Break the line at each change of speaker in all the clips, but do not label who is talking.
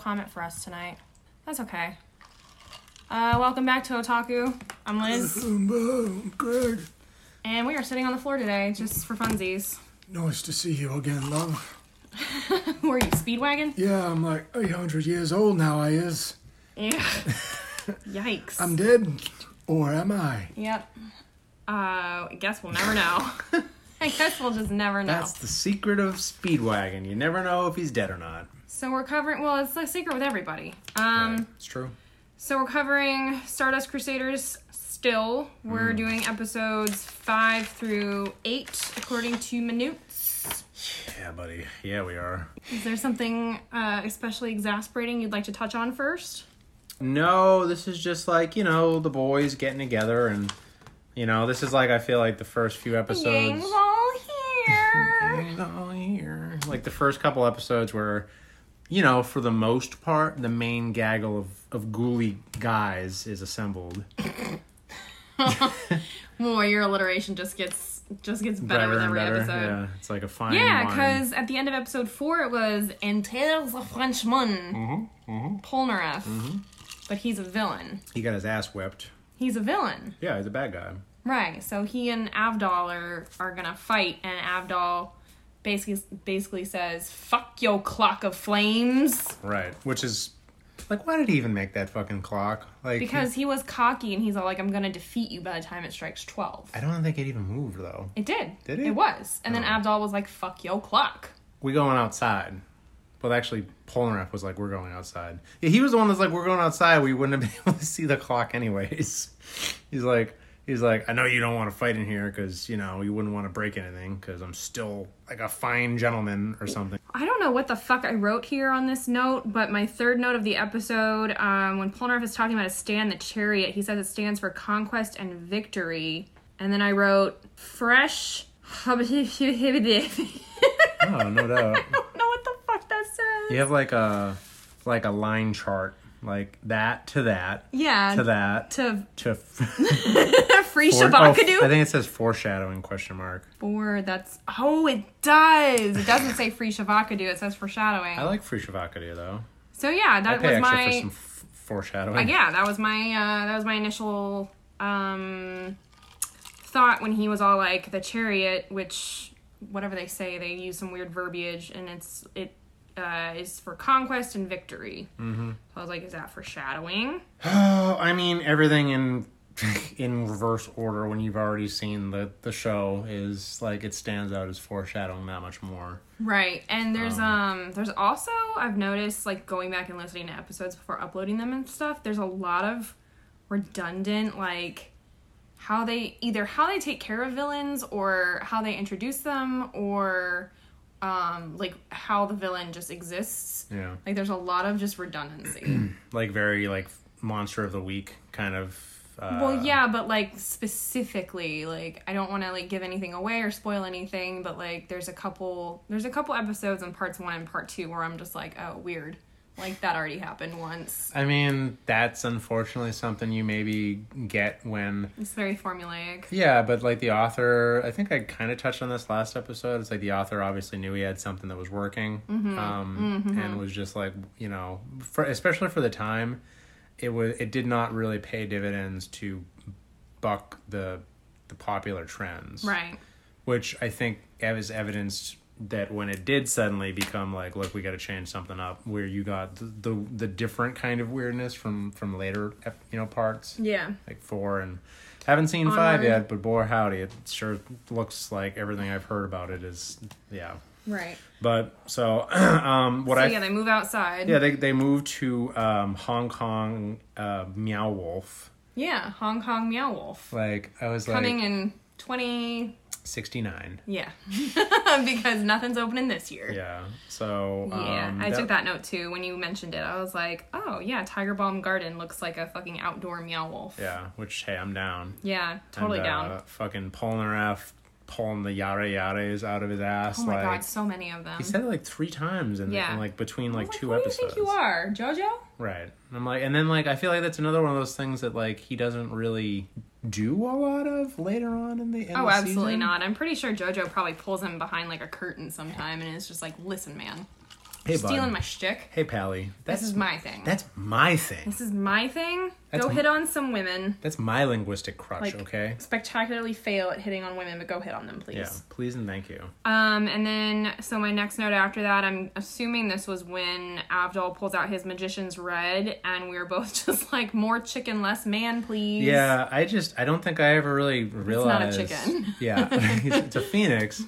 comment for us tonight. That's okay. Uh, welcome back to Otaku. I'm Liz,
Boom, good.
and we are sitting on the floor today just for funsies.
Nice to see you again, love.
Who are you, Speedwagon?
Yeah, I'm like 800 years old now, I is.
Yeah. Yikes.
I'm dead, or am I?
Yep. Uh, I guess we'll never know. I guess we'll just never know.
That's the secret of Speedwagon. You never know if he's dead or not.
So we're covering. Well, it's a secret with everybody. Um,
Right. It's true.
so we're covering Stardust Crusaders. Still, we're doing episodes five through eight according to minutes.
Yeah, buddy. Yeah, we are.
Is there something uh, especially exasperating you'd like to touch on first?
No, this is just like, you know, the boys getting together and you know, this is like I feel like the first few episodes.
Yang's all here.
Yang's all here. Like the first couple episodes where you know, for the most part, the main gaggle of of ghouly guys is assembled.
Boy, your alliteration just gets just gets better, with every episode.
Yeah, it's like a fine
Yeah,
wine.
because at the end of episode four, it was "And Tales of Frenchman, Mm-hmm, Polnareff, but he's a villain.
he got his ass whipped.
He's a villain,
Yeah, he's a bad guy.
right? So he and Avdol are are gonna fight, and Avdol basically basically says, "Fuck yo clock of flames,"
Right. Which is like why did he even make that fucking clock? Like
because he was cocky, and he's all like, "I'm gonna defeat you by the time it strikes 12.
I don't think it even moved though.
It did.
Did Oh. it?
It was, and then Avdol was like, "Fuck yo clock."
We going outside. Well, actually, Polnareff was like, "We're going outside." Yeah, he was the one that's like, "We're going outside." We wouldn't have been able to see the clock anyways. He's like, he's like, "I know you don't want to fight in here because you know you wouldn't want to break anything because I'm still like a fine gentleman or something."
I don't know what the fuck I wrote here on this note, but my third note of the episode, um, when Polnareff is talking about a stand, the chariot, he says it stands for conquest and victory. And then I wrote fresh. I don't
Oh, no doubt.
know what the fuck that says.
You have like a like a line chart like that to that
Yeah.
to that
To
to.
free
Fore- oh,
Shabakadu.
I think it says foreshadowing question mark.
Four, that's. Oh, it does. It doesn't say free Shabakadu, it says foreshadowing.
I like free Shavakadu though.
so yeah, that
I pay
was
extra
my.
for some f- foreshadowing.
Uh, yeah, that was my uh, that was my initial um, thought when he was all like the chariot, which whatever they say, they use some weird verbiage, and it's it uh, is for conquest and victory. Mm-hmm. So I was like, is that foreshadowing?
Oh, I mean everything in in reverse order when you've already seen the the show is like it stands out as foreshadowing that much more.
Right. And there's um there's also I've noticed like going back and listening to episodes before uploading them and stuff, there's a lot of redundant like how they either how they take care of villains or how they introduce them or um like how the villain just exists.
Yeah.
Like there's a lot of just redundancy.
Like very like monster of the week kind of uh
well, yeah, but like specifically, like I don't want to like give anything away or spoil anything, but like there's a couple there's a couple episodes in parts 1 and part 2 where I'm just like, "Oh, weird." Like that already happened once.
I mean that's unfortunately something you maybe get when
It's very formulaic.
yeah, but like the author, I think I kind of touched on this last episode. It's like the author obviously knew he had something that was working, um, and was just like you know, for, especially for the time, it was it did not really pay dividends to buck the the popular trends,
Right.
Which I think ev- is evidenced that when it did suddenly become like, look, we got to change something up, where you got the, the the different kind of weirdness from from later ep- you know parts,
Yeah.
like four and haven't seen five
Onward.
yet but boy howdy it sure looks like everything i've heard about it is yeah
Right.
but so um what
So
i
yeah, they move outside.
yeah they, they moved to um hong kong uh meow wolf
Yeah, Hong Kong Meow Wolf
like i was
coming
like
in 20
69
yeah. because nothing's opening this year.
yeah so
Yeah,
um,
I took that note too when you mentioned it. I was like, oh yeah, Tiger Balm Garden looks like a fucking outdoor meow wolf. Yeah,
yeah which hey i'm down
totally
and,
down.
uh, fucking polnareff pulling the yada yadas out of his ass
oh my
like
god, so many of them.
he said it like three times and
Yeah.
like between like
I'm like,
two
who
episodes
do you think you are, JoJo?
Right. And I'm like, and then like I feel like that's another one of those things that like he doesn't really do a lot of later on in the. In
Oh,
the
absolutely
season.
not. I'm pretty sure JoJo probably pulls him behind like a curtain sometime and is just like, listen, man.
Hey, bud.
stealing my shtick.
Hey, Pally. That's
This is my thing.
that's my thing.
This is my thing.
That's
go
m-
hit on some women.
That's my linguistic crutch.
Like
okay.
spectacularly fail at hitting on women, but go hit on them, please.
Yeah. Please and thank you.
Um, and then so my next note after that, I'm assuming this was when Abdul pulls out his magician's red, and we were both just like, more chicken, less man, please.
Yeah, I just I don't think I ever really
not a
realized.
chicken.
Yeah, it's a phoenix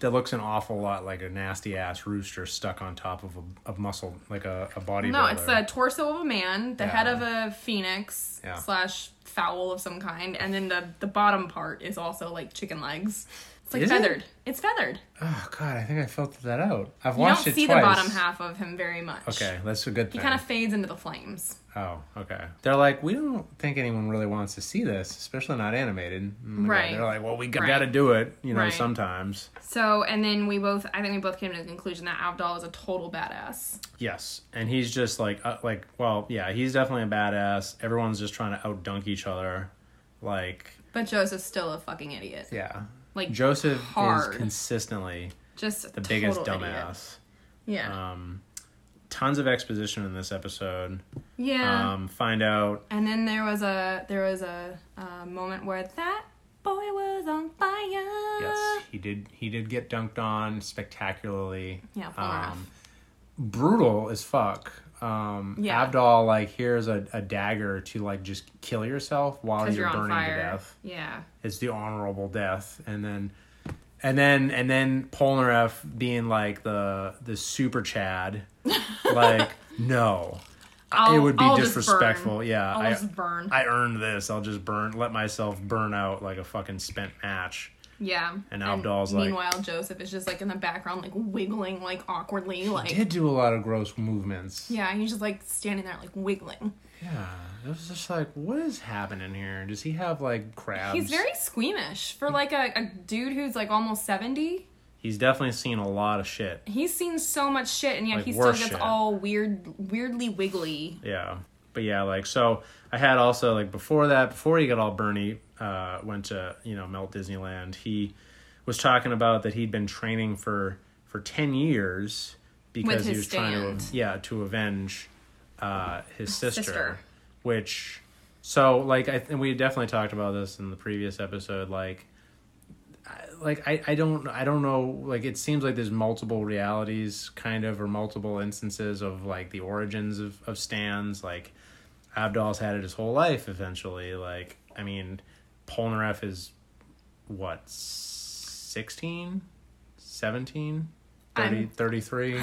that looks an awful lot like a nasty ass rooster stuck on top of a, a muscle like a, a body.
No, it's the torso of a man, the
Yeah.
head of a phoenix
Yeah.
slash fowl of some kind, and then the the bottom part is also like chicken legs. It's like
Is it?
feathered. It's feathered.
Oh God, I think I filtered that out. I've
You
watched
don't
it
see
twice.
the bottom half of him very much.
Okay, that's a good
He
thing.
kind of fades into the flames.
Oh, okay. They're like, we don't think anyone really wants to see this, especially not animated. And they're-
Right.
They're like, well, we
Right.
got to do it, you know,
Right.
sometimes.
So, and then we both, I think we both came to the conclusion that Abdal is a total badass.
Yes, and he's just like uh, like well, yeah, he's definitely a badass. Everyone's just trying to outdunk each other. Like,
But Joseph's still a fucking idiot.
yeah.
Like,
Joseph
hard.
is consistently
just
the biggest dumbass.
Yeah.
Um tons of exposition in this episode.
yeah.
Um find out
and then there was a there was a, uh moment where that boy was on fire.
yes, he did he did get dunked on spectacularly.
Yeah, far
Um
off.
brutal as fuck. Um
Yeah.
Abdal like here's a, a dagger to like just kill yourself while
Because
you're,
you're on
burning
fire.
to death.
Yeah.
It's the honorable death and then and then and then Polnareff being like the the super chad like no
I'll,
it would be
I'll just
disrespectful
burn.
yeah
I'll
I,
just burn.
I earned this I'll just burn let myself burn out like a fucking spent match
yeah.
and Abdal's like-
Meanwhile, Joseph is just like in the background, like wiggling, like awkwardly, like.
did do a lot of gross movements
Yeah, and he's just like standing there, like wiggling.
yeah it was just like what is happening here does he have like crabs
He's very squeamish for like a, a dude who's like almost seventy.
he's definitely seen a lot of shit
He's seen so much shit, and yet
Like,
he still
worse
gets
shit.
all weird, weirdly wiggly.
Yeah. But yeah, like so I had also like before that, before he got all Bernie uh went to, you know, Melt Disneyland, he was talking about that he'd been training for for 10 years because he
his
was trying
stand.
to yeah, to avenge uh his sister,
Sister.
which so like I and we definitely talked about this in the previous episode like I- like I, I don't I don't know like it seems like there's multiple realities kind of or multiple instances of like the origins of, of stands like Abdal's had it his whole life eventually like I mean Polnareff is what 16 17 30,
I'm-
33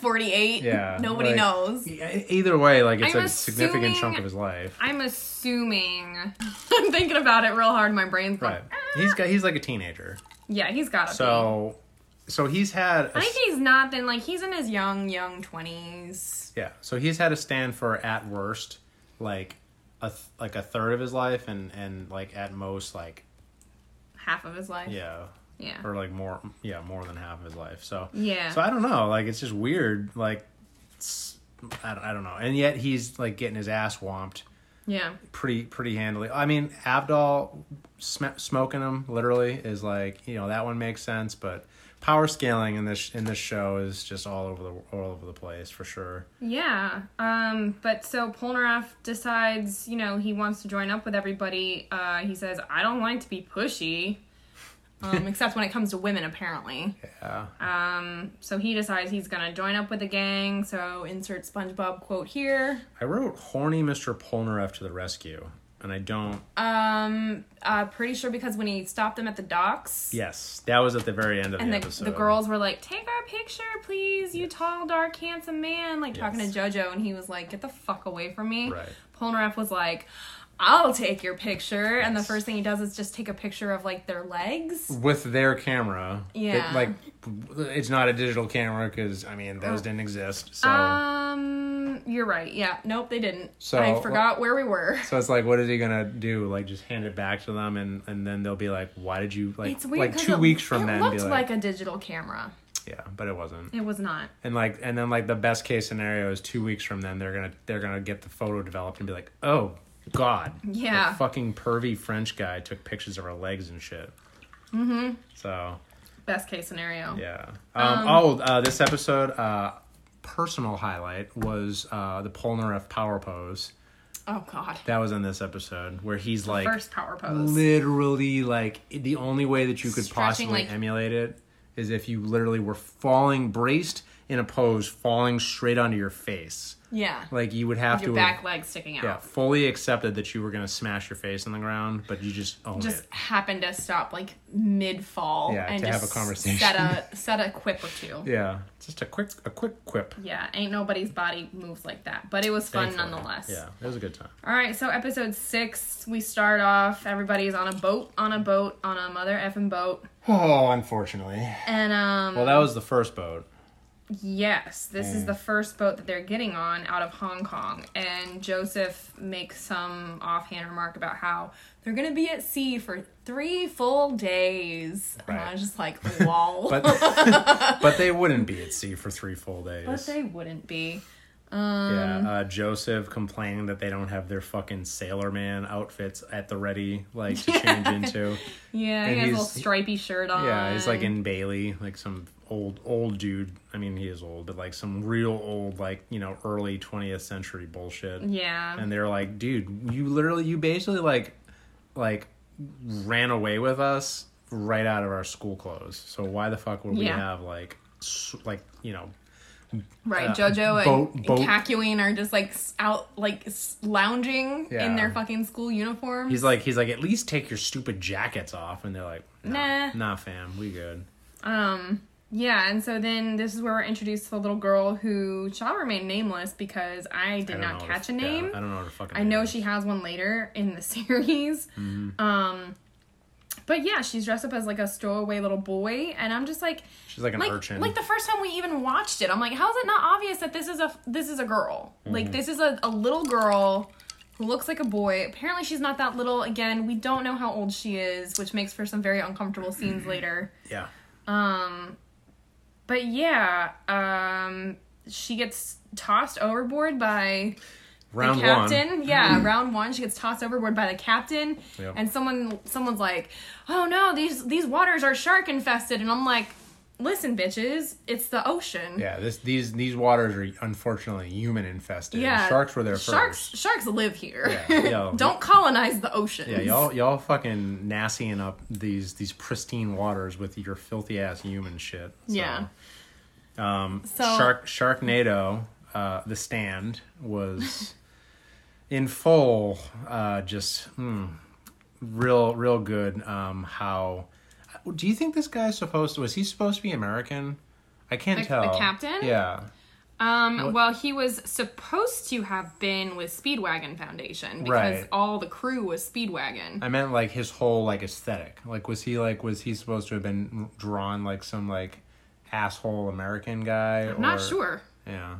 48.
yeah
Nobody
like,
knows.
e- either way like it's
I'm
a significant
assuming-
chunk of his life
I'm assuming. I'm thinking about it real hard. My brain's going. "Ah."
right he's got he's like a teenager
Yeah, he's got to
so so he's had a
be. I think he's not. Then like he's in his young, young twenties.
Yeah. So he's had a stand for at worst like a th- like a third of his life and and like at most like
Half of his life.
yeah
Yeah.
or like more yeah more than half of his life. So
Yeah.
So I don't know. Like it's just weird. Like it's, I don't, I don't know. And yet he's like getting his ass whomped
yeah.
pretty pretty handily. I mean Abdal sm- smoking him literally is like you know that one makes sense, but power scaling in this in this show is just all over the all over the place for sure.
Yeah. Um, but so Polnareff decides, you know, he wants to join up with everybody. Uh, he says, I don't like to be pushy. Um, except when it comes to women, apparently.
Yeah.
Um, so he decides he's gonna join up with the gang. So insert SpongeBob quote here.
I wrote horny Mr. Polnareff to the rescue, and I don't.
Um, uh, pretty sure because when he stopped them at the docks,
Yes, that was at the very end of
and
the,
the,
episode.
the girls were like, "Take our picture, please, you tall, dark, handsome man." Like talking to
Yes.
JoJo, and he was like, "Get the fuck away from me."
Right.
Polnareff was like, "I'll take your picture," and the
Yes.
first thing he does is just take a picture of like their legs.
with their camera. that,
Yeah.
like it's not a digital camera because I mean
Oh.
those didn't exist. So
Ah, Um, you're right. Yeah. Nope, they didn't.
So-
I forgot where we were.
so it's like, what is he gonna do? Like just hand it back to them, and and then they'll be like, why did you like
It's weird.
like
'cause
two
it-
weeks from
it
then
looked
be
like, a digital camera.
yeah, but it wasn't.
It was not.
And like and then like the best case scenario is two weeks from then they're gonna they're gonna get the photo developed and be like, oh god,
Yeah.
the fucking pervy French guy took pictures of our legs and shit. Mm-hmm. So
Best case scenario. Um,
Yeah. Um, oh, uh, this episode, uh, personal highlight was uh, the Polnareff power pose
Oh God.
that was in this episode where he's like
First power pose.
literally like the only way that you could
Stretching,
possibly
like-
emulate it is if you literally were falling braced in a pose falling straight onto your face
yeah.
like you would have
Your
to have-
back leg sticking out.
yeah fully accepted that you were going to smash your face on the ground but you just own
Just
it
happened to stop like mid fall
Yeah,
and
to have
just
a conversation.
set a set a quip or two. Yeah.
yeah just a quick a quick quip
ain't nobody's body moves like that, but it was fun
Thankfully.
nonetheless.
yeah it was a good time
All right, so episode six, we start off. Everybody's on a boat, on a boat, on a mother effing boat,
oh unfortunately
and um,
well that was the first boat
yes, this
Mm.
is the first boat that they're getting on out of Hong Kong. And Joseph makes some offhand remark about how they're gonna be at sea for three full days. And I
Right.
was just like, "Wow!"
but but they wouldn't be at sea for three full days
But they wouldn't be.
Yeah,
Mm.
uh, Joseph complaining that they don't have their fucking sailor man outfits at the ready, like to change into.
Yeah,
And
he has a
he's-
little stripy shirt on.
Yeah, he's like in Bailey, like some old old dude. I mean, he is old, but like some real old, like you know, early twentieth century bullshit.
Yeah.
And they're like, dude, you literally, you basically like, like, ran away with us right out of our school clothes. So why the fuck would we
Yeah.
have like, s- like you know,
Right,
uh,
JoJo
boat-
and,
boat-
and Kakyoin are just like s- out, like s- lounging
Yeah.
in their fucking school uniforms.
He's like, he's like, at least take your stupid jackets off, and they're like, nah,
Nah.
nah, fam, we good.
yeah, and so then this is where we're introduced to the little girl who shall remain nameless because I did
I don't
not
know
catch a
her- yeah,
name.
I don't know Mm-hmm. her fucking.
I know
name.
she has one later in the series. Um, but yeah, she's dressed up as like a stowaway little boy, and I'm just like,
She's like an
like,
urchin.
like the first time we even watched it, I'm like, how is it not obvious that this is a this is a girl?
Mm.
Like this is a, a little girl who looks like a boy. Apparently, she's not that little. Again, we don't know how old she is, which makes for some very uncomfortable
Mm-hmm.
scenes later.
yeah,
But yeah, um, she gets tossed overboard by
round
the captain.
one.
Yeah, round one, she gets tossed overboard by the captain,
Yep.
and someone someone's like, "Oh no, these these waters are shark infested," and I'm like, "Listen, bitches, it's the ocean."
Yeah, this these these waters are unfortunately human infested.
Yeah,
sharks were there
Sharks
first.
sharks live here.
Yeah, yo.
Don't colonize the ocean.
Yeah, y'all y'all fucking nassying up these these pristine waters with your filthy ass human shit. So,
Yeah.
Um,
So-
Shark Sharknado, uh, the stand was in full. Uh, just mm, real real good. Um, how do you think this guy's supposed to? Was he supposed to be American? I can't
The-
tell.
the captain?
Yeah.
Um, well, he was supposed to have been with Speedwagon Foundation because
Right.
all the crew was Speedwagon.
I meant like his whole like aesthetic. Like was he like was he supposed to have been drawn like some like asshole American guy?
I'm not sure.
Yeah.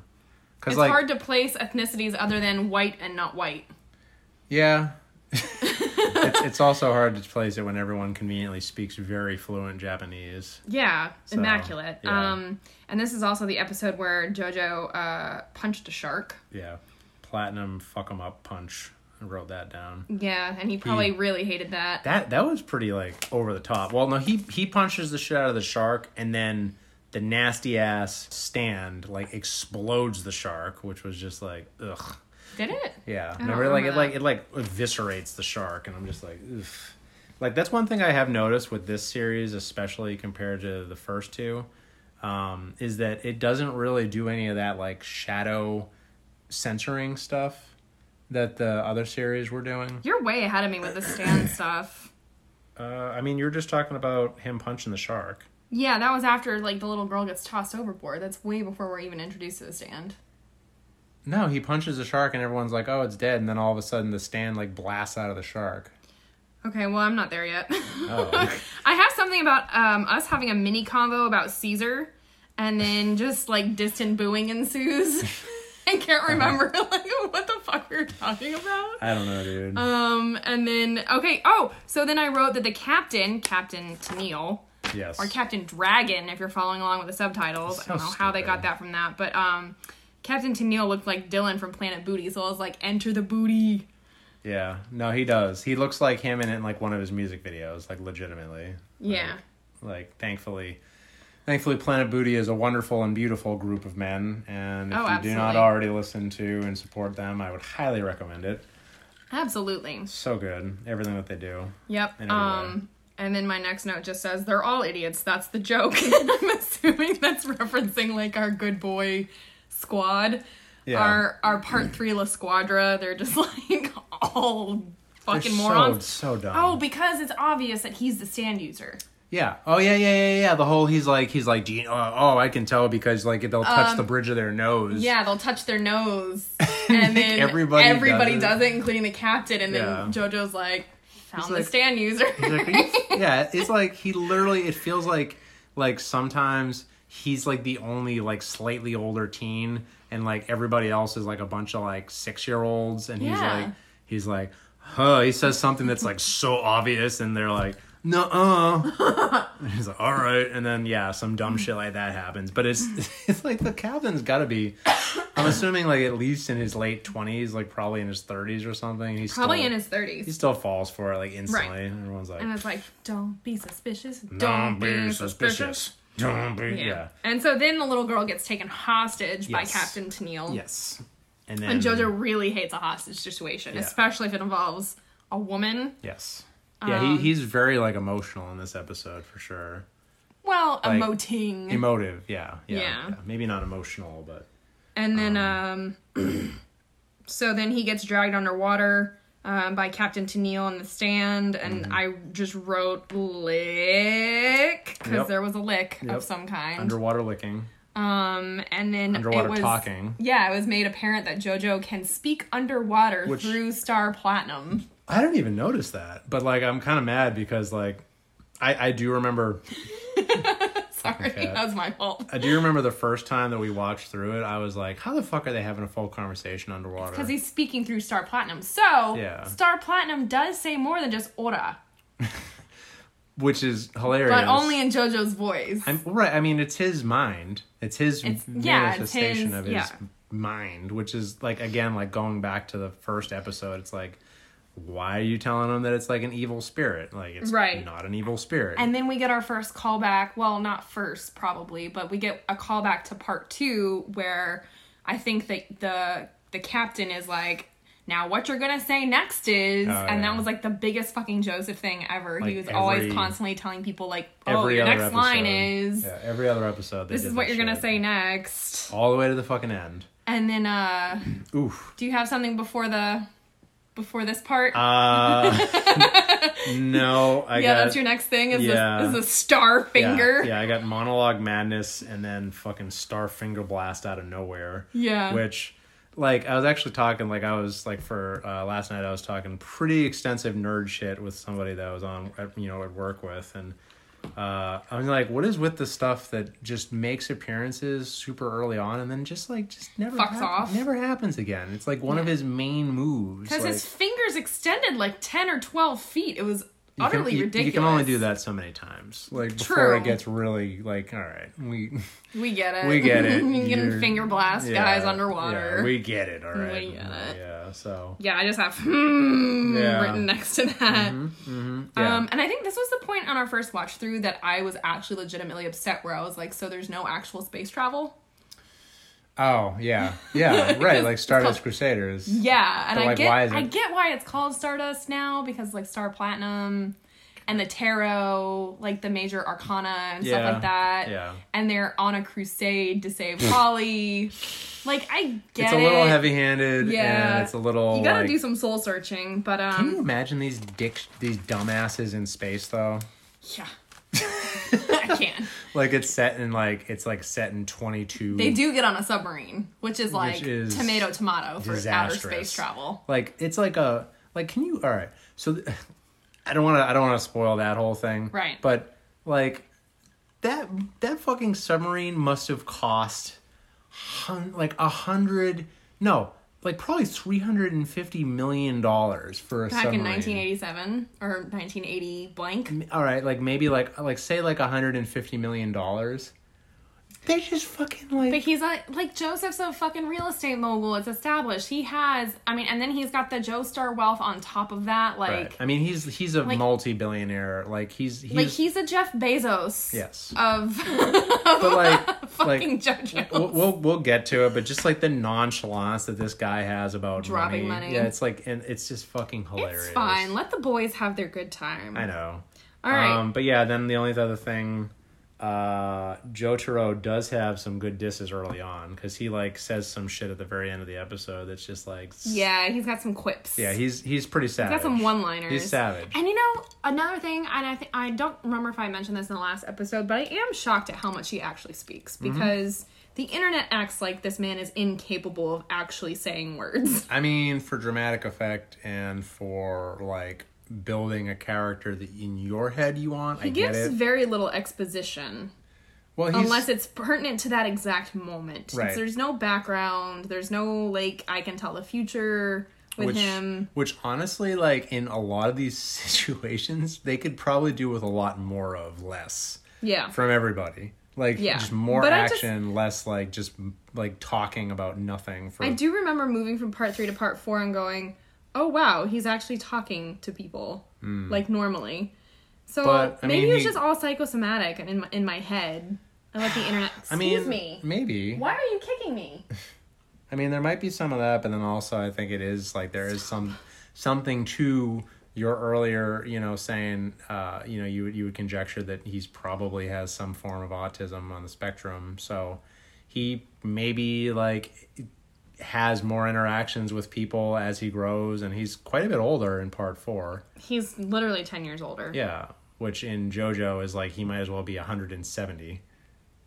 Cuz
It's
like
hard to place ethnicities other than white and not white.
yeah. it's, it's also hard to place it when everyone conveniently speaks very fluent Japanese.
Yeah, immaculate.
yeah.
Um, and this is also the episode where JoJo uh, punched a shark.
Yeah. Platinum fuck 'em up punch. I wrote that down.
Yeah, and he probably really hated that.
That that was pretty like over the top. Well, no, he he punches the shit out of the shark, and then the nasty ass stand like explodes the shark, which was just like ugh.
Did it?
Yeah,
don't
remember like it
remember
like it like eviscerates the shark, and I'm just like, oof. Like that's one thing I have noticed with this series, especially compared to the first two, um, is that it doesn't really do any of that like shadow censoring stuff that the other series were doing.
You're way ahead of me with the stand stuff.
Uh, I mean, you're just talking about him punching the shark.
Yeah, that was after like the little girl gets tossed overboard. That's way before we're even introduced to the stand.
No, he punches the shark, and everyone's like, "Oh, it's dead," and then all of a sudden, the stand like blasts out of the shark.
Okay, well I'm not there yet.
Oh.
I have something about um, us having a mini convo about Caesar, and then just like distant booing ensues. I can't remember like what the fuck we were talking about.
I don't know, dude.
Um, and then okay, oh, so then I wrote that the captain, Captain Tennille,
yes.
or Captain Dragon, if you're following along with the subtitles. I
So
don't know how they got
stupid.
that from that, but um, Captain Tennille looked like Dylan from Planet Booty, so I was like, "Enter the booty."
Yeah, no, he does. He looks like him in, in like one of his music videos, like legitimately.
Yeah.
Like, like, thankfully, Thankfully, Planet Booty is a wonderful and beautiful group of men, and if
Oh,
you do not
absolutely.
already listen to and support them, I would highly recommend it.
Absolutely.
So good, everything that they do.
Yep.
Anyway.
Um, and then my next note just says they're all idiots. That's the joke. And I'm assuming that's referencing like our good boy squad,
Yeah.
our our part three La Squadra. They're just like all
They're
fucking
so-
morons.
So, dumb.
Oh, because it's obvious that he's the stand user.
yeah. Oh yeah, yeah, yeah, yeah. The whole he's like he's like, do you know? Oh, I can tell because like they'll touch the bridge of their nose.
Um, Yeah, they'll touch their nose, and then
everybody
everybody everybody
does it.
does, it. including the captain. And then
Yeah.
JoJo's like, found
like-
the stand user.
He's like, "Are you f-" yeah, it's like he literally. It feels like like sometimes he's like the only like slightly older teen, and like everybody else is like a bunch of like six year olds, and he's
Yeah.
like he's like, huh. He says something that's like so obvious, and they're like. No, uh. he's like, all right, and then yeah, some dumb shit like that happens. But it's it's like the Calvin's got to be. I'm assuming like at least in his late twenties, like probably in his thirties or something. He's
Probably
still,
in his
he
thirties.
still falls for it like instantly. And everyone's like,
And it's like, don't be suspicious. Don't,
don't be suspicious. Don't be.
Yeah.
Yeah.
And so then the little girl gets taken hostage by
Yes.
Captain Tennille.
Yes. And then.
And JoJo really hates a hostage situation,
Yeah.
especially if it involves a woman.
Yes. Yeah, he, he's very like emotional in this episode for sure.
Well,
Like,
emoting.
Emotive, yeah, yeah,
Yeah.
yeah. Maybe not emotional, but
and then, um, so then he gets dragged underwater um, by Captain Tennille on the stand. And
Mm-hmm.
I just wrote lick because
Yep.
there was a lick
Yep.
of some kind.
underwater licking.
um, and then
Underwater
it was,
talking.
Yeah, it was made apparent that JoJo can speak underwater
Which-
through Star Platinum.
I didn't even notice that, but like I'm kind of mad because like I I do remember
Sorry,
Okay.
that was my fault.
I do remember the first time that we watched through it, I was like, how the fuck are they having a full conversation underwater?
Because he's speaking through Star Platinum. So,
Yeah.
Star Platinum does say more than just Ora,
Which is hilarious.
but only in JoJo's voice.
I'm right. I mean, it's his mind. It's his
It's- yeah, it's
manifestation
his-
of his
yeah.
mind, which is like again, like going back to the first episode. It's like, why are you telling him that it's like an evil spirit? Like it's
Right.
not an evil spirit.
and then we get our first callback. Well, not first, probably, but we get a callback to part two where I think that the the captain is like, now what you're gonna say next is,
Oh,
and
yeah.
that was like the biggest fucking Joseph thing ever.
Like,
he was always
every-
constantly telling people like, oh, your next line is,
yeah, every other episode. They
this
did
is what
that
you're gonna
shit.
say next,
all the way to the fucking end.
and then uh.
Oof.
Do you have something before the before this part?
Uh, no, I
yeah,
got
that's your next thing. Is
yeah.
this is a star
yeah,
finger?
Yeah, I got monologue madness and then fucking star finger blast out of nowhere.
Yeah.
Which like I was actually talking like I was like for uh, last night I was talking pretty extensive nerd shit with somebody that I was on at, you know at work with and uh, I was like, what is with the stuff that just makes appearances super early on and then just like just never
Fucks off.
never happens again. It's like one of his main moves.
Because
like,
his fingers extended like ten or twelve feet. It was
you can-
utterly
you-
ridiculous.
You can only do that so many times. Like before
True.
it gets really like, all right, we
We get it.
We get it.
you
You're-
can finger blast
Yeah,
guys
Yeah,
underwater. Yeah,
we get it, all right.
We get it.
Yeah, so
I just have hmm
Yeah. Mm-hmm.
written next to that.
yeah.
Um, and I think this was the point on our first watch through that I was actually legitimately upset, where I was like, "So there's no actual space travel?"
oh yeah, yeah, right. Like Stardust Crusaders.
Yeah, and
But,
I
like,
get
why is
I
it-
get why it's called Stardust now because like Star Platinum and the tarot, like the major arcana and
Yeah,
stuff like that.
yeah.
And they're on a crusade to save Holly. like I get
It's a little
it.
heavy-handed.
Yeah.
and it's a little.
You gotta
like-
do some soul searching, but
Can you
um
imagine these dick, these dumbasses in space though?
yeah. I can.
Like it's set in like it's like set in twenty-two.
They do get on a submarine, which is like
is
tomato tomato for outer
disastrous.
space travel.
Like it's like a like can you all right. So th- I don't want to I don't want to spoil that whole thing.
Right.
But like that that fucking submarine must have cost hun- like a hundred no like probably 350 million dollars for a
Back
submarine
in 1987 or 1980 blank.
all right like maybe like like say like 150 million dollars They just fucking like.
But he's a, like Joseph's a fucking real estate mogul. It's established. He has, I mean, and then he's got the Joe Star wealth on top of that. Like,
Right. I mean, he's he's a
Like-
multi-billionaire. Like he's he's,
like he's a Jeff Bezos.
yes.
Of,
like-
fucking
like,
Joe Jones.
We'll, we'll we'll get to it, but just like the nonchalance that this guy has about
Dropping money.
Yeah, it's like and it's just fucking hilarious.
it's fine. Let the boys have their good time.
I know.
All right.
Um, but yeah, then the only other thing, uh, Jotaro does have some good disses early on because he like says some shit at the very end of the episode that's just like s-
yeah, he's got some quips.
yeah he's he's pretty savage.
got some one-liners.
He's savage.
And you know another thing, and I think I don't remember if I mentioned this in the last episode, but I am shocked at how much he actually speaks
Mm-hmm.
because the internet acts like this man is incapable of actually saying words.
I mean, for dramatic effect and for like building a character that in your head you want. I
He
get
gives
it.
very little exposition
Well, he's,
unless it's pertinent to that exact moment.
Right.
There's no background. There's no like I can tell the future with
which,
him.
Which honestly, like in a lot of these situations, they could probably do with a lot more of less
Yeah.
from everybody. Like
Yeah.
just more
But I just-
action, less like just like talking about nothing. For
I do remember moving from part three to part four and going, "Oh wow, he's actually talking to people like normally." So
Hmm. But, I
maybe
mean,
it was
he-
just all psychosomatic and in my, in my head. I let the internet.
I
Excuse
mean,
me.
maybe.
Why are you kicking me?
I mean, there might be some of that, but then also I think it is like there is some something to your earlier, you know, saying, uh, you know, you would- you would conjecture that he's probably has some form of autism on the spectrum, so he maybe like has more interactions with people as he grows, and he's quite a bit older in part four.
He's literally ten years older.
Yeah, which in JoJo is like he might as well be 170.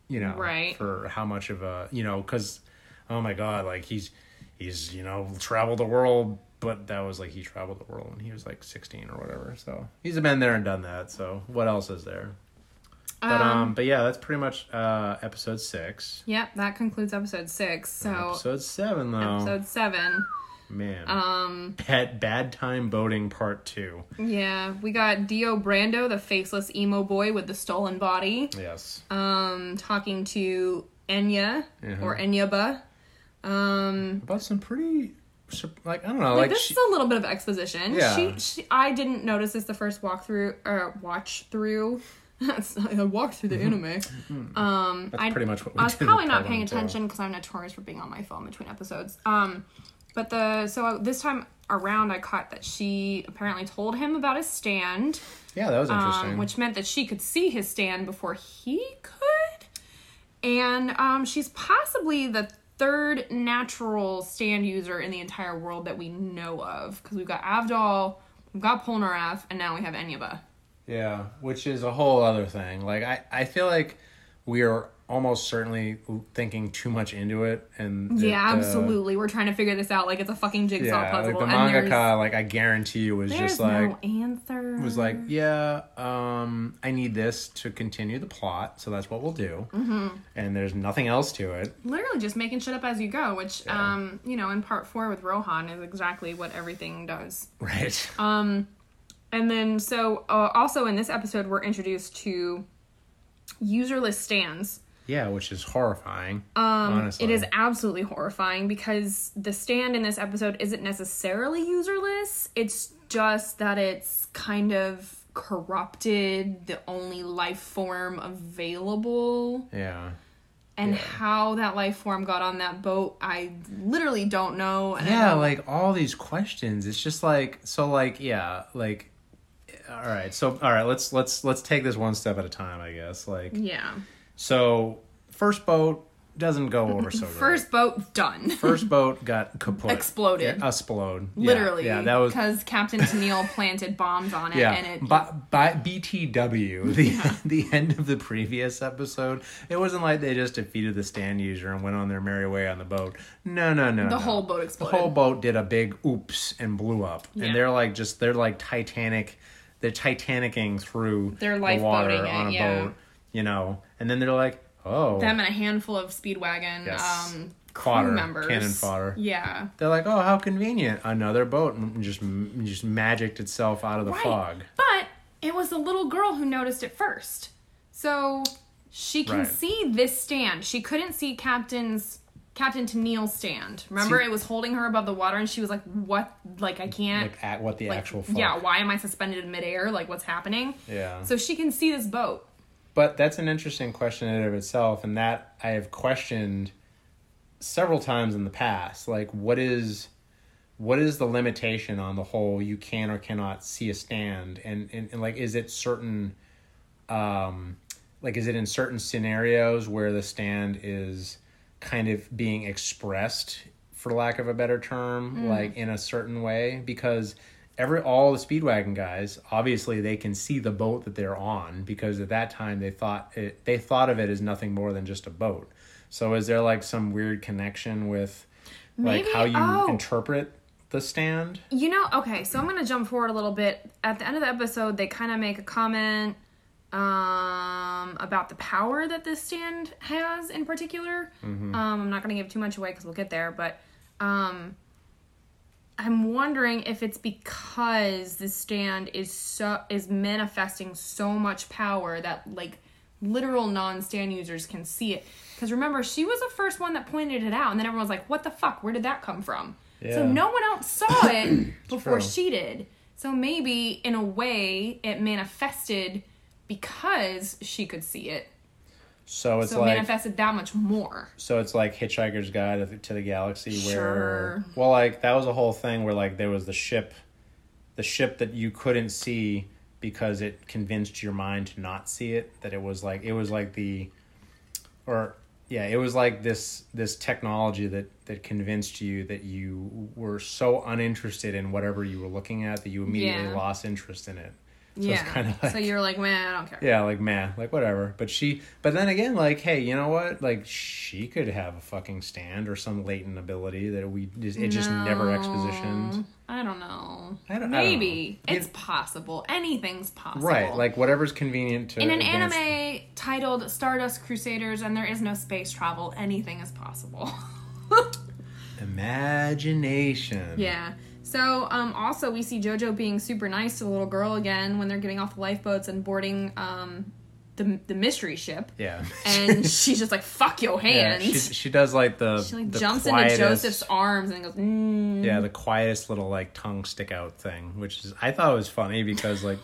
You know,
Right.
For how much of a you know because, oh my god, like he's he's you know traveled the world, but that was like he traveled the world when he was like 16 or whatever. So he's been there and done that. So what else is there? But um, but yeah, that's pretty much uh episode six.
Yep. That concludes episode six. So
Episode seven though,
episode seven.
man. Um, bad bad time boating part two.
Yeah, we got Dio Brando, the faceless emo boy with the stolen body,
Yes.
um, talking to Enya
Mhm.
or Enyaba. Um,
About some pretty sur- like I don't know
Like,
like,
this
she-
is a little bit of exposition.
Yeah.
She, she, I didn't notice this the first walkthrough or watch through. It's not- I walked through the anime. Um,
That's
I,
pretty much what we
I was
did with
probably not
part
paying
one, too.
attention because I'm notorious for being on my phone between episodes. Um, but the so uh, this time around, I caught that she apparently told him about his stand,
Yeah, that was interesting.
um, which meant that she could see his stand before he could. And um, she's possibly the third natural stand user in the entire world that we know of. Because we've got Avdol, we've got Polnareff, and now we have Enyaba.
yeah, which is a whole other thing. Like I, I feel like we are almost certainly thinking too much into it, and that
yeah,
the-
absolutely. We're trying to figure this out like it's a fucking jigsaw
uh, Yeah,
puzzle.
like the
and there's,
mangaka, like I guarantee you, was
there's
just like
no answer.
was like, yeah, um, I need this to continue the plot, so that's what we'll do. Mm-hmm. And there's nothing else to it.
literally just making shit up as you go, which um, you know, in part four with Rohan is exactly what everything does.
Right.
Uh, And then, so uh, also in this episode, we're introduced to userless stands.
yeah, which is horrifying. Um, honestly,
It is absolutely horrifying because the stand in this episode isn't necessarily userless. It's just that it's kind of corrupted, the only life form available.
Yeah.
And how that life form got on that boat, I literally don't know. And I
yeah like all these questions it's just like so like yeah like all right so all right let's let's let's take this one step at a time i guess like
don't- yeah.
so first boat doesn't go over so great.
First boat done.
first boat got kaput
Exploded.
yeah, explode Yeah,
literally.
yeah, that was
because Captain Tennille planted bombs on it,
yeah,
and it
by, by BTW, the the end of the previous episode, it wasn't like they just defeated the stand user and went on their merry way on the boat. No, no, no.
The
no.
whole boat
The
exploded.
whole boat did a big oops and blew up,
Yeah.
and they're like just they're like Titanic, they're Titanicking through
They're
the water
lifeboating it,
on a
yeah.
boat, you know, and then they're like, oh,
them and a handful of Speedwagon
Yes.
um, crew
Fodder,
members.
cannon fodder.
Yeah.
they're like, oh, how convenient, another boat m- just m- just magicked itself out of the
Right.
fog.
But it was the little girl who noticed it first. So she can
Right.
see this stand. She couldn't see Captain's Captain Tennille's stand. Remember,
See-
it was holding her above the water, and she was like, "What? Like, I can't."
like at what the
like,
actual fuck.
yeah. Why am I suspended in midair? Like, what's happening?
Yeah.
So she can see this boat.
But that's an interesting question in and of itself, and that I have questioned several times in the past. Like, what is what is the limitation on the whole you can or cannot see a stand, and and, and like, is it certain, um, like, is it in certain scenarios where the stand is kind of being expressed, for lack of a better term,
Mm.
like in a certain way, because. Every all the speedwagon guys, obviously they can see the boat that they're on because at that time they thought it, they thought of it as nothing more than just a boat. So is there like some weird connection with like
Maybe-
how you
oh.
interpret the stand?
You know, okay, so I'm gonna jump forward a little bit. At the end of the episode, they kind of make a comment um, about the power that this stand has in particular. Um, I'm not gonna give too much away because we'll get there, but um, I'm wondering if it's because this stand is so is manifesting so much power that like literal non-stand users can see it. Because remember, she was the first one that pointed it out, and then everyone was like, "What the fuck? Where did that come from?" So
Yeah.
no no one else saw it before
true.
she did. So maybe in a way it manifested because she could see it.
So it's
So it
like
manifested that much more.
so it's like Hitchhiker's Guide to the, to the Galaxy
Sure.
where well like that was a whole thing where like there was the ship the ship that you couldn't see because it convinced your mind to not see it that it was like it was like the or yeah it was like this this technology that that convinced you that you were so uninterested in whatever you were looking at that you immediately
Yeah.
lost interest in it so
yeah.
it's kind of like
so you're like, man, I don't care.
yeah, like man, like whatever. But she, but then again, like hey, you know what? Like she could have a fucking stand or some latent ability that we just it just never
No,
expositioned.
I don't know.
I don't- I don't
Maybe
know.
it's possible. Anything's possible.
Right, like uh, whatever's convenient to
in an
advance-
anime titled Stardust Crusaders, and there is no space travel. Anything is possible.
imagination.
Yeah. So, um, also we see JoJo being super nice to the little girl again when they're getting off the lifeboats and boarding um, the the mystery ship.
yeah,
And she's just like, "Fuck your
yeah.
hand."
She,
she,
she does like the she
like
the
jumps
quietest,
into Joseph's arms and goes, mm.
yeah the quietest little like tongue stick out thing, which is I thought was funny because like,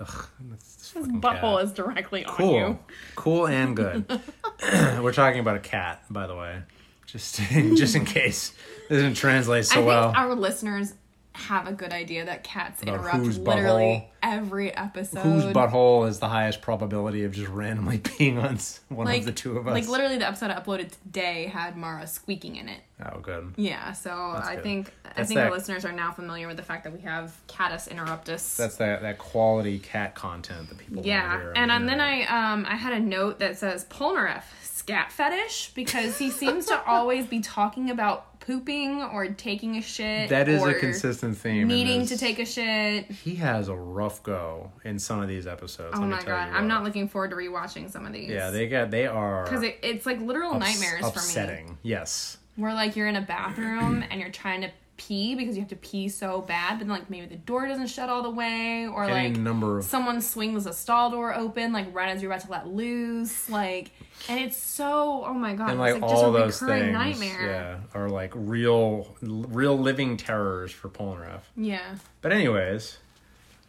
ugh, this fucking cat.
"Butthole is directly
cool,
on you."
cool and good. We're talking about a cat, by the way, just just in case it doesn't translate
I
so
think
well.
our listeners have a good idea that cats interrupt
whose
literally
butthole-
every episode.
Whose butthole is the highest probability of just randomly being on s- one
like
of the two of us?
Like literally, the episode I uploaded today had Mara squeaking in it.
oh, good.
Yeah, so I
good.
think I
That's
think our
that-
listeners are now familiar with the fact that we have catus interruptus.
That's that that quality cat content that people. wanna hear
yeah, and,
on the
um, then
internet.
I um I had a note that says Polnareff scat fetish because he seems to always be talking about pooping or taking a shit.
that is
or
a consistent theme. in
Needing to
this.
take a shit.
He has a rough go in some of these episodes.
Oh
let me
my
tell
god,
you
I'm
what.
not looking forward to rewatching some of these.
Yeah, they got they are
because it, it's like literal
ups-
nightmares for me.
upsetting. Yes.
where like you're in a bathroom and you're trying to pee because you have to pee so bad, but then like maybe the door doesn't shut all the way, or
Any
like
number of-
someone swings a stall door open like right as you're about to let loose, like and it's so oh my god,
and like,
it's like
all
just
those
a recurring
things
nightmare.
yeah are like real real living terrors for Polnareff.
Yeah.
But anyways,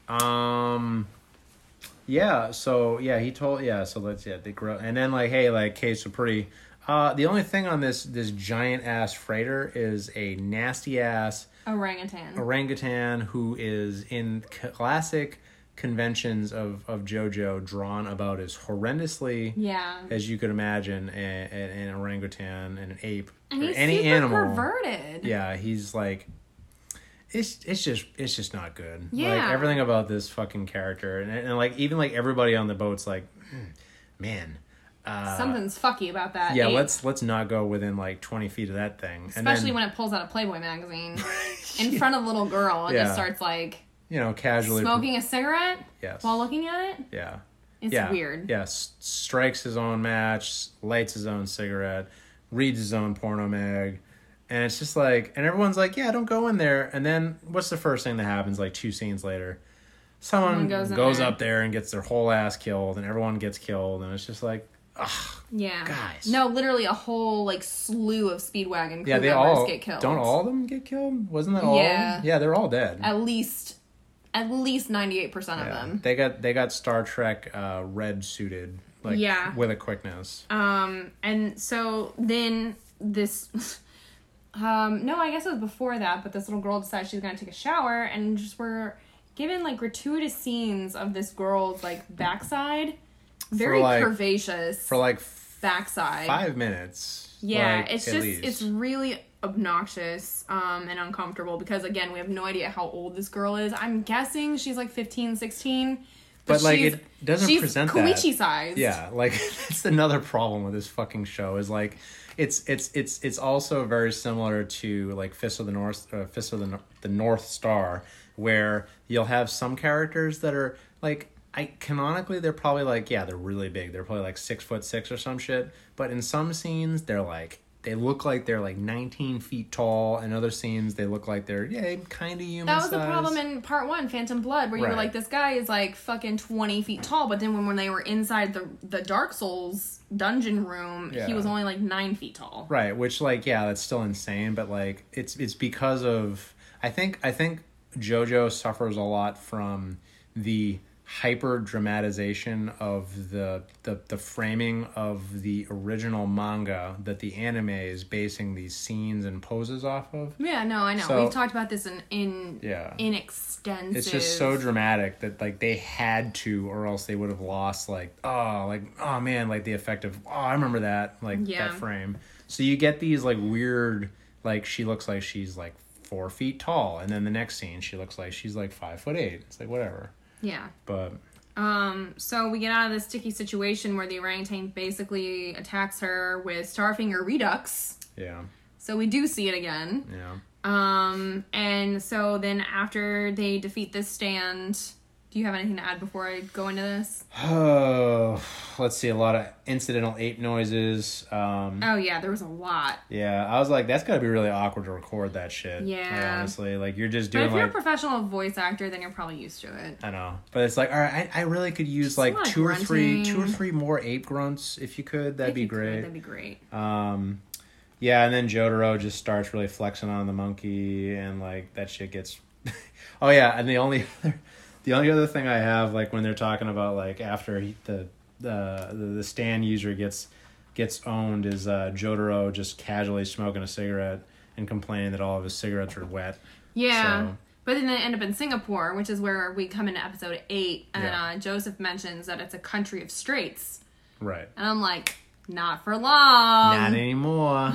um yeah, so yeah, he told yeah, so let's yeah, they grow and then like hey, like okay, so pretty uh the only thing on this this giant ass freighter is a nasty ass
Orangutan.
orangutan who is in classic conventions of of JoJo drawn about as horrendously
yeah.
as you could imagine, a, a, an orangutan and an ape
And
or
he's
any
super
animal.
perverted.
Yeah, he's like, it's it's just it's just not good.
Yeah.
like everything about this fucking character, and, and like even like everybody on the boat's like, "Hmm, man,
Something's fucky about that.
yeah,
ape,
let's let's not go within like twenty feet of that thing.
especially
and then,
when it pulls out a Playboy magazine in front of the little girl and
Yeah.
just starts like
you know casually
smoking a cigarette
Yes.
while looking at it.
Yeah.
It's
yeah.
weird.
Yeah. S- strikes his own match, lights his own cigarette, reads his own porno mag. And it's just like, and everyone's like, yeah, don't go in there. And then what's the first thing that happens like two scenes later? Someone
Someone goes
goes,
in there.
up there and gets their whole ass killed, and everyone gets killed. And it's just like,
Yeah.
Guys.
No, literally a whole like slew of Speedwagon crew
Yeah, they
members
all
get killed.
Don't all of them get killed? Wasn't that all? of them?
Yeah.
Yeah, they're all dead.
At least, at least ninety eight percent of
Yeah.
them.
They got they got Star Trek uh, red suited like
Yeah.
with a quickness.
Um, and so then this, um, no, I guess it was before that, but this little girl decides she's gonna take a shower, and just were given like gratuitous scenes of this girl's like backside, very
like-
curvaceous
for like f-
backside.
five minutes.
yeah,
like,
it's
at
just
least.
it's really obnoxious um and uncomfortable because again we have no idea how old this girl is i'm guessing she's like 15 16
But, like,
she's-
it doesn't
she's
present that.
koichi sized
yeah, like that's another problem with this fucking show is like it's it's it's it's also very similar to like Fist of the North uh, Fist of the, Nor- the North Star where you'll have some characters that are like I canonically they're probably like yeah they're really big they're probably like six foot six or some shit but in some scenes they're like they look like they're like 19 feet tall and other scenes they look like they're yeah kind of human
That was the
size.
problem in part one, Phantom Blood, where you were
Right.
like, this guy is like fucking 20 feet tall, but then when, when they were inside the, the Dark Souls dungeon room, he
Yeah.
was only like nine feet tall.
Right, which like yeah, that's still insane, but like it's it's because of I think I think JoJo suffers a lot from the hyper dramatization of the, the the framing of the original manga that the anime is basing these scenes and poses off of.
Yeah, no, I know.
So-
We've talked about this in in,
Yeah.
in extensive.
It's just so dramatic that like they had to or else they would have lost like oh like oh man like the effect of oh I remember that like
Yeah.
that frame. So you get these like weird like she looks like she's like four feet tall and then the next scene she looks like she's like five foot eight. It's like whatever.
Yeah.
But
So we get out of this sticky situation where the orangutan basically attacks her with Starfinger Redux.
yeah.
So we do see it again.
Yeah.
Um, and so then after they defeat this stand, do you have anything to add before I go into this?
Oh let's see a lot of incidental ape noises. Um
Oh yeah, there was a lot.
yeah, I was like, that's gotta be really awkward to record that shit. like,
Yeah.
honestly, like you're just
But
doing
if you're a
like
professional voice actor, then you're probably used to it.
I know, but it's like, all right, I, I really could use
a
like
lot of
two or three,
grunting.
two or three more ape grunts if you could. That'd
If
be
you could,
great.
that'd be great.
Um, yeah, and then Jotaro just starts really flexing on the monkey, and like that shit gets. oh yeah, and the only other, the only other thing I have like when they're talking about like after he, the the the the stand user gets gets owned is uh, Jotaro just casually smoking a cigarette and complaining that all of his cigarettes are wet.
Yeah.
So-
But then they end up in Singapore, which is where we come into episode eight, and
Yeah.
uh, Joseph mentions that it's a country of straits,
Right.
and I'm like, not for long.
Not anymore.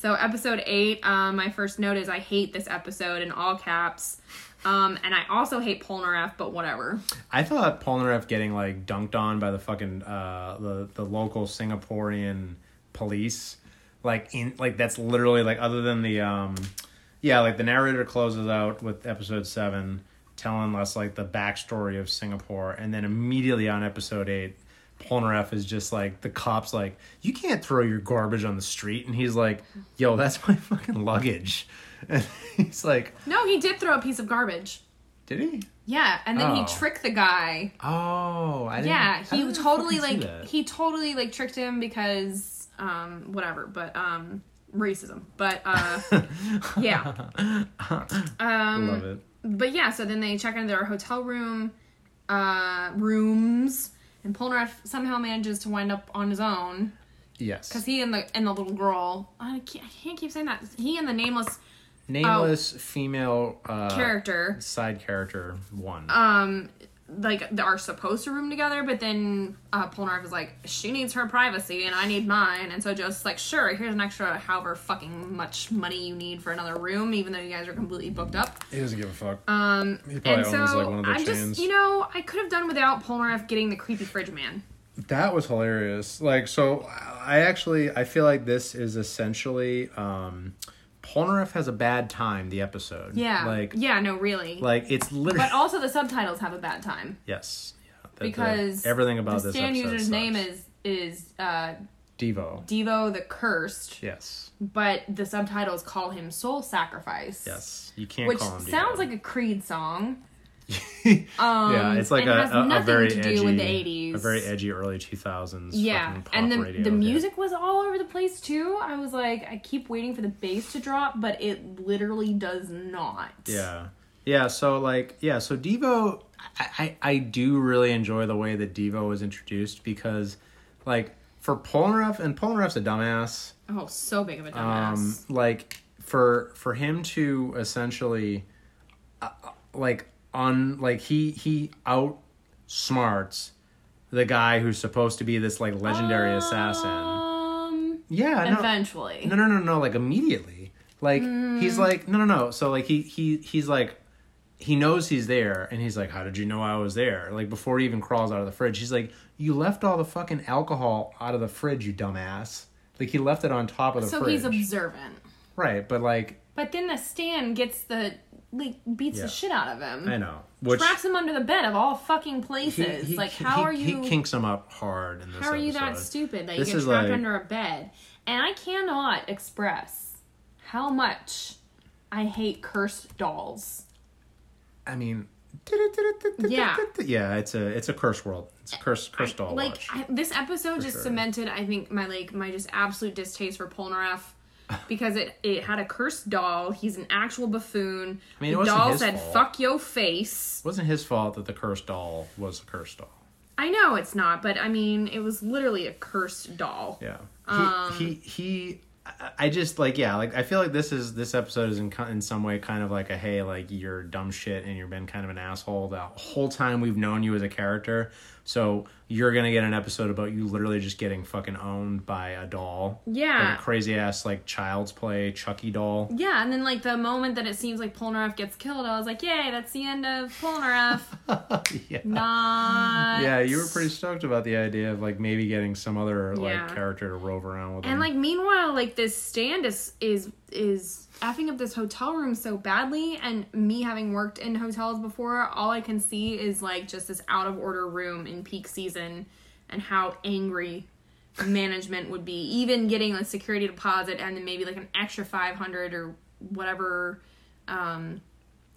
So episode eight, um, my first note is I hate this episode in all caps, um, and I also hate Polnareff, but whatever.
I thought Polnareff getting like dunked on by the fucking uh the the local Singaporean police like in like that's literally like other than the um yeah like the narrator closes out with episode 7 telling us like the backstory of Singapore and then immediately on episode 8 Polnareff is just like the cops like you can't throw your garbage on the street and he's like yo that's my fucking luggage and he's like
No, he did throw a piece of garbage.
did he
Yeah, and then he
Oh.
tricked the guy
oh I didn't
yeah
I
he
didn't
totally
fucking see
like
that.
he totally like tricked him because um whatever but um racism but uh yeah
love
Mm.
it
but yeah so then they check into their hotel room uh rooms and polnareff somehow manages to wind up on his own
Yes.
because he and the and the little girl I can't, I can't keep saying that he and the nameless
Nameless
Oh.
female uh,
character
side character one.
Uh, like they are supposed to room together, but then uh, Polnareff is like, she needs her privacy and I need mine, and so Joseph's like, sure, here's an extra however fucking much money you need for another room, even though you guys are completely booked up.
he doesn't give a fuck. Um, he probably
and so
owns like one of their
I'm
chains.
just, you know, I could have done without Polnareff getting the creepy fridge man.
that was hilarious. Like, so I actually I feel like this is essentially um, Polnareff has a bad time. The episode.
Yeah,
Like,
yeah, no, really.
like it's literally.
but also the subtitles have a bad time
yes. Yeah, The- the-
because
everything about
the
this
stand
episode
user's
sucks.
name is is uh,
Devo.
Devo the Cursed,
Yes.
but the subtitles call him Soul Sacrifice.
Yes. You can't
which
call him.
sounds
Devo.
like a Creed song.
yeah, it's like
Um, and
a,
has
a, a
nothing
very
to do
edgy,
with the 80s. 90s.
a very edgy early 2000s
yeah
fucking pop
and the,
radio
the
hit.
music was all over the place too i was like i keep waiting for the bass to drop but it literally does not
yeah yeah so like yeah so devo I, I i do really enjoy the way that devo was introduced because like for polnareff and polnareff's a dumbass
oh so big of a dumbass
um like for for him to essentially uh, uh, like on like he he outsmarts the guy who's supposed to be this like legendary assassin
um
yeah no-
eventually
no, no, no, no. Like immediately. Like he's like no, no, no. So like he he he's like he knows he's there, and he's like, "How did you know I was there?" Like before he even crawls out of the fridge, he's like, "You left all the fucking alcohol out of the fridge, you dumbass." Like he left it on top of the
so
fridge,
he's observant
right? But like
but then the stand gets the like beats
Yeah.
the shit out of him
I know, which
traps him under the bed of all fucking places
he-
like
he-
how
he-
are you
He kinks him up hard in this.
How are you that
episode.
stupid that
This
you get
is
trapped
like-
under a bed? And I cannot express how much I hate cursed dolls.
I mean.
Yeah.
yeah, it's a it's a curse world. It's a curse curse doll
Like
Oh, watch.
I, this episode just
sure.
cemented, I think, my like my just absolute distaste for Polnareff because it it had a cursed doll. He's an actual buffoon. I
mean, it
the
wasn't
doll
his
said
fault.
"fuck your face."
It wasn't his fault that the cursed doll was a cursed doll.
I know it's not, but I mean, it was literally a cursed doll.
Yeah. He
Um,
he he. I- I just like yeah, like I feel like this is this episode is in co- in some way kind of like a hey, like you're dumb shit and you've been kind of an asshole the whole time we've known you as a character. So you're gonna get an episode about you literally just getting fucking owned by a doll.
Yeah.
Like a crazy ass like child's play Chucky doll.
Yeah, and then like the moment that it seems like Polnareff gets killed, I was like, "Yay, that's the end of Polnareff."
Yeah.
Not.
Yeah, you were pretty stoked about the idea of like maybe getting some other like
Yeah.
character to rove around with. him.
And like meanwhile, like this stand is is is effing up this hotel room so badly, and me having worked in hotels before, all I can see is like just this out of order room in peak season, and how angry management would be. Even getting a security deposit and then maybe like an extra five hundred or whatever um,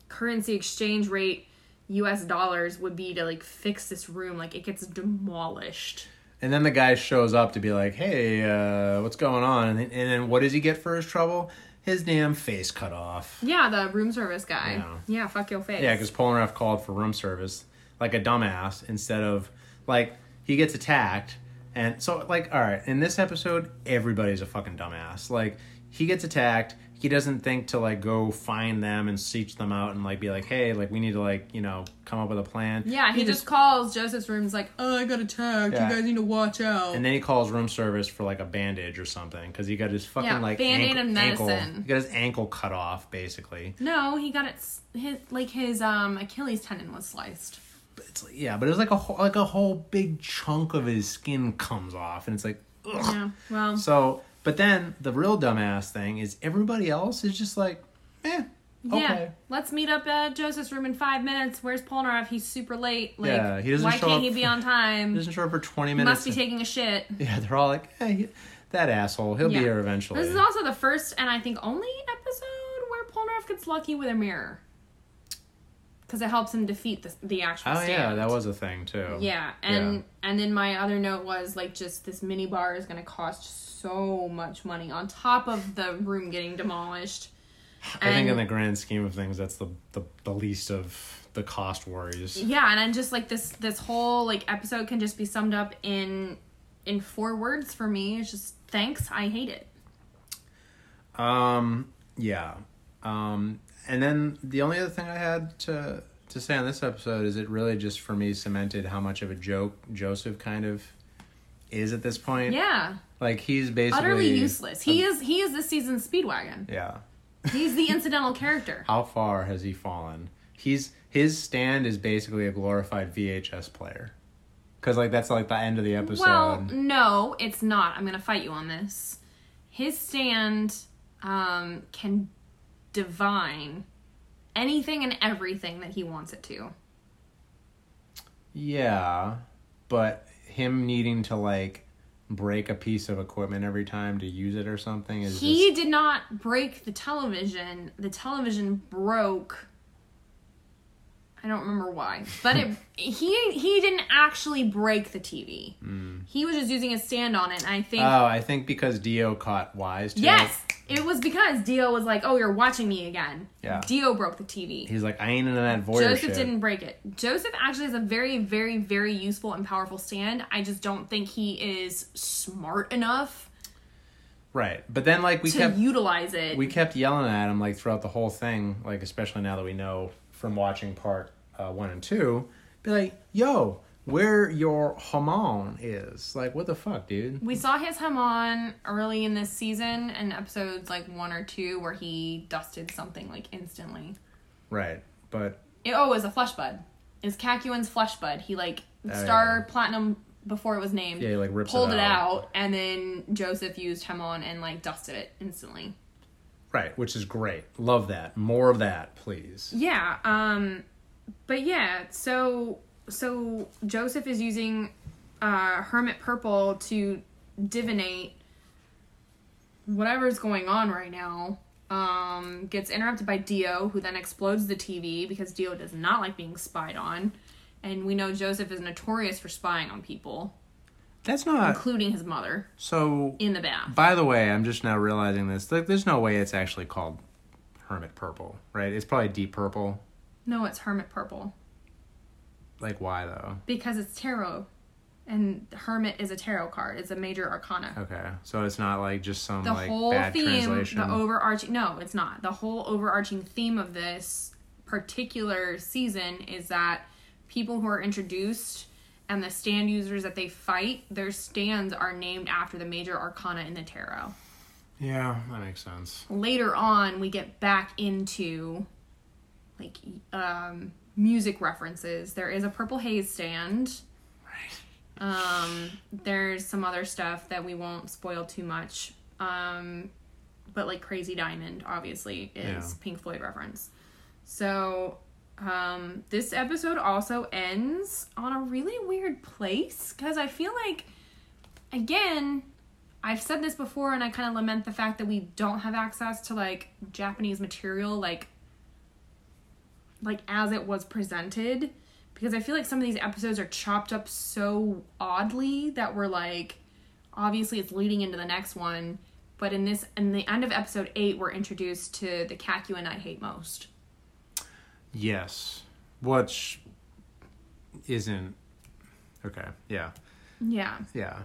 currency exchange rate. U.S. dollars would be to like fix this room, like it gets demolished.
And then the guy shows up to be like, "Hey, uh, what's going on?" And, and then what does he get for his trouble? His damn face cut off.
Yeah, the room service guy.
Yeah.
Yeah, fuck your face.
Yeah, because Polnareff called for room service like a dumbass instead of like he gets attacked. And so like all right, in this episode, everybody's a fucking dumbass. Like he gets attacked. He doesn't think to like go find them and seek them out and like be like, hey, like we need to like you know come up with a plan.
yeah, he, just, calls Joseph's room. He's like, "Oh, I got attacked.
Yeah.
You guys need to watch out."
And then he calls room service for like a bandage or something because he got his fucking
Yeah,
like
Band-Aid
ankle,
and
ankle-
medicine.
he got his ankle cut off basically.
no, he got it. s- His like his um Achilles tendon was sliced.
But it's like, yeah, but it was like a whole, like a whole big chunk of his skin comes off, and it's like, ugh.
Yeah. Well.
So, but then the real dumbass thing is everybody else is just like, eh, okay.
Yeah, let's meet up at Joseph's room in five minutes. Where's Polnareff? He's super late. Like,
Yeah, he doesn't
why
show
can't
up-
he be on time?
He doesn't show up for twenty minutes.
Must be taking a shit.
yeah, they're all like, hey, that asshole, he'll
Yeah.
be here eventually.
This is also the first and I think only episode where Polnareff gets lucky with a mirror, because it helps him defeat the, the actual.
oh
stand.
yeah, that was a thing too.
Yeah, and and then my other note was like just this mini bar is gonna cost so much money on top of the room getting demolished.
I think
And-
in the grand scheme of things, that's the the, the least of the cost worries.
Yeah, and then just like this this whole like episode can just be summed up in in four words for me. It's just thanks, I hate it.
Um, yeah. Um, and then the only other thing I had to to say on this episode is it really just for me cemented how much of a joke Joseph kind of is at this point.
Yeah.
Like he's basically
Utterly useless. He is he is this season's speedwagon.
Yeah.
He's the incidental character.
How far has he fallen? He's his stand is basically a glorified VHS player. Cuz like that's like the end of the episode.
Well, no, it's not. I'm gonna fight you on this. His stand um, can divine anything and everything that he wants it to.
yeah. But him needing to like break a piece of equipment every time to use it or something is just-
He did not break the television. The television broke. I don't remember why, but it he he didn't actually break the TV. He was just using a stand on it, and I think
Oh, I think because Dio caught wise to
yes, it was because Dio was like, "Oh, you're watching me again."
Yeah.
Dio broke the TV.
it. He's like, I ain't into that voyeur
Joseph
shit.
didn't break it. Joseph actually has a very, very, very useful and powerful stand. I just don't think he is smart enough
Right. But then like we
to
kept
utilize it.
we kept yelling at him like throughout the whole thing, like especially now that we know from watching part uh, one and two, be like, yo, where your hamon is. Like what the fuck, dude?
We saw his hem on early in this season in episodes like one or two where he dusted something like instantly.
Right. But
It, oh, it was a flesh bud. Is Kakuin's flesh bud. He like
Oh,
star platinum before it was named.
Yeah, he, like, rips
pulled
it
it
out.
out. and then Joseph used hem on and like dusted it instantly.
right, which is great. Love that. More of that, please.
Yeah, um but yeah, so so Joseph is using uh Hermit Purple to divinate whatever's going on right now. Um gets interrupted by Dio who then explodes the TV because Dio does not like being spied on. And we know Joseph is notorious for spying on people,
That's not
including his mother,
so
in the bath.
By the way, I'm just now realizing this. Like, there's no way it's actually called Hermit Purple, right? It's probably Deep Purple.
No, it's Hermit Purple
Like, why though?
because it's tarot. And Hermit is a tarot card. It's a major arcana.
Okay, so it's not like just some
the
like
whole
bad
theme,
translation.
the overarching no, it's not. The whole overarching theme of this particular season is that people who are introduced and the stand users that they fight, their stands are named after the major arcana in the tarot.
yeah, that makes sense.
Later on, we get back into like um music references. There is a purple haze stand. Um, there's some other stuff that we won't spoil too much. Um, but like Crazy Diamond, obviously, is
Yeah.
Pink Floyd reference. So, um, this episode also ends on a really weird place because I feel like, again, I've said this before and I kind of lament the fact that we don't have access to like Japanese material, like like as it was presented because I feel like some of these episodes are chopped up so oddly that we're like obviously it's leading into the next one but in this in the end of episode 8 we're introduced to the Kakuin I hate most.
Yes, which isn't okay. Yeah,
Yeah.
yeah,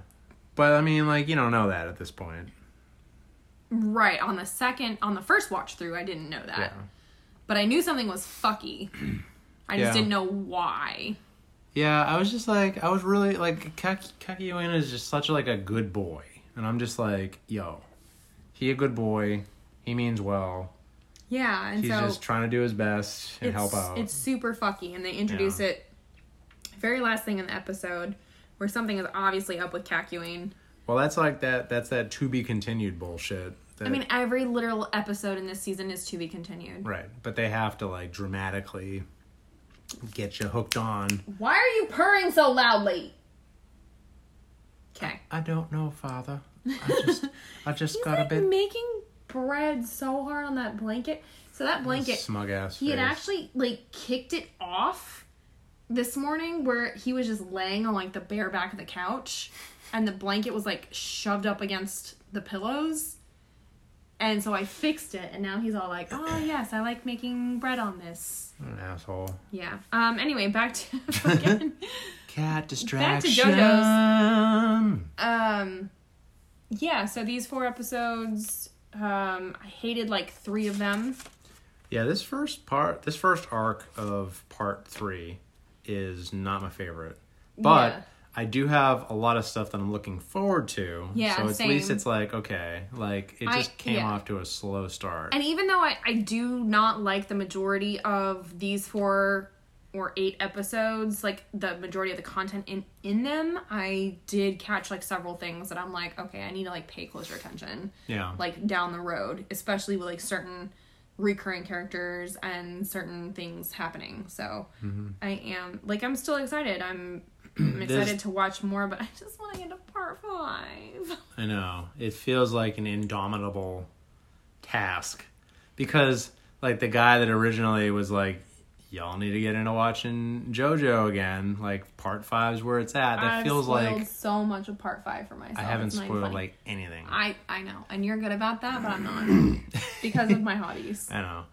but I mean, like you don't know that at this point.
Right, on the second on the first watch through I didn't know that.
Yeah,
But I knew something was fucky. I just
Yeah.
didn't know why.
yeah. I was just like, I was really like, Kak- Kakyoin is just such like a good boy, and I'm just like, yo, he a good boy. He means well.
Yeah, and
He's
so
just trying to do his best and
it's,
help out.
It's super fucky, and they introduce
Yeah.
it very last thing in the episode where something is obviously up with Cacuane.
well, that's like that. That's that to be continued bullshit. That,
I mean, every literal episode in this season is to be continued.
right? But they have to like dramatically get you hooked on.
Why are you purring so loudly? Okay.
I don't know, Father. I just, I just got a
Like
bit
making bread so hard on that blanket. So that blanket,
smug ass.
he had
face.
actually like kicked it off this morning where he was just laying on like the bare back of the couch and the blanket was like shoved up against the pillows and so i fixed it and now he's all like oh yes i like making bread on this
What an asshole.
yeah um anyway back to again
Cat
Back to
distraction.
um yeah so these four episodes um i hated like three of them
Yeah, this first part, this first arc of part three is not my favorite. But
Yeah.
I do have a lot of stuff that I'm looking forward to.
Yeah,
So at least
same.
it's like, okay, like it
I-
just came
yeah.
off to a slow start.
And even though I, I do not like the majority of these four or eight episodes, like the majority of the content in, in them, I did catch like several things that I'm like, okay, I need to like pay closer attention.
yeah.
Like down the road, especially with like certain recurring characters and certain things happening. So
Mm-hmm.
I am like I'm still excited. I'm, I'm excited to watch more, but I just want to get to part five.
I know. It feels like an indomitable task because like the guy that originally was like, y'all need to get into watching JoJo again. Like part five's where it's at. That
I've
feels
spoiled
like
so much of part five for myself.
I haven't
It's not even
spoiled
funny.
like anything. I,
I I know, and you're good about that, but I'm not because of my hobbies.
know,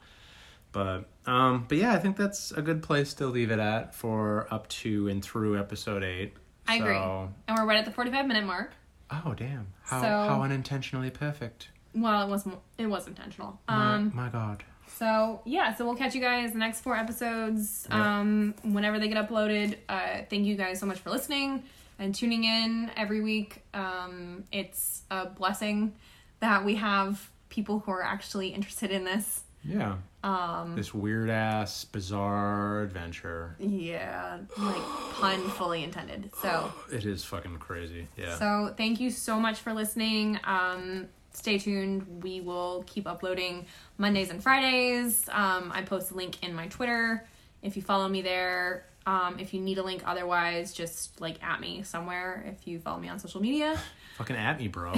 but um, but yeah, I think that's a good place to leave it at for up to and through episode eight.
I agree,
So-
and we're right at the 45 minute mark.
Oh damn! How
So-
how unintentionally perfect.
Well, it was it was intentional.
My-
Um,
my God.
so yeah, so we'll catch you guys the next four episodes.
Yep.
Um, whenever they get uploaded. Uh, thank you guys so much for listening and tuning in every week. Um, it's a blessing that we have people who are actually interested in this.
Yeah. Um, this weird ass bizarre adventure.
Yeah, like pun fully intended. So.
It is fucking crazy. Yeah.
So thank you so much for listening. Um, stay tuned. We will keep uploading Mondays and Fridays. Um, I post a link in my Twitter if you follow me there. Um, if you need a link, otherwise, just like at me somewhere if you follow me on social media.
fucking at me, bro.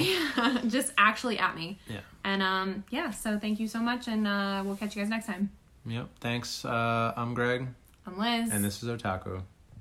just actually at me.
Yeah.
And um, yeah, so thank you so much, and uh, we'll catch you guys next time.
Yep. Thanks. Uh, I'm Greg,
I'm Liz.
and this is Otaku.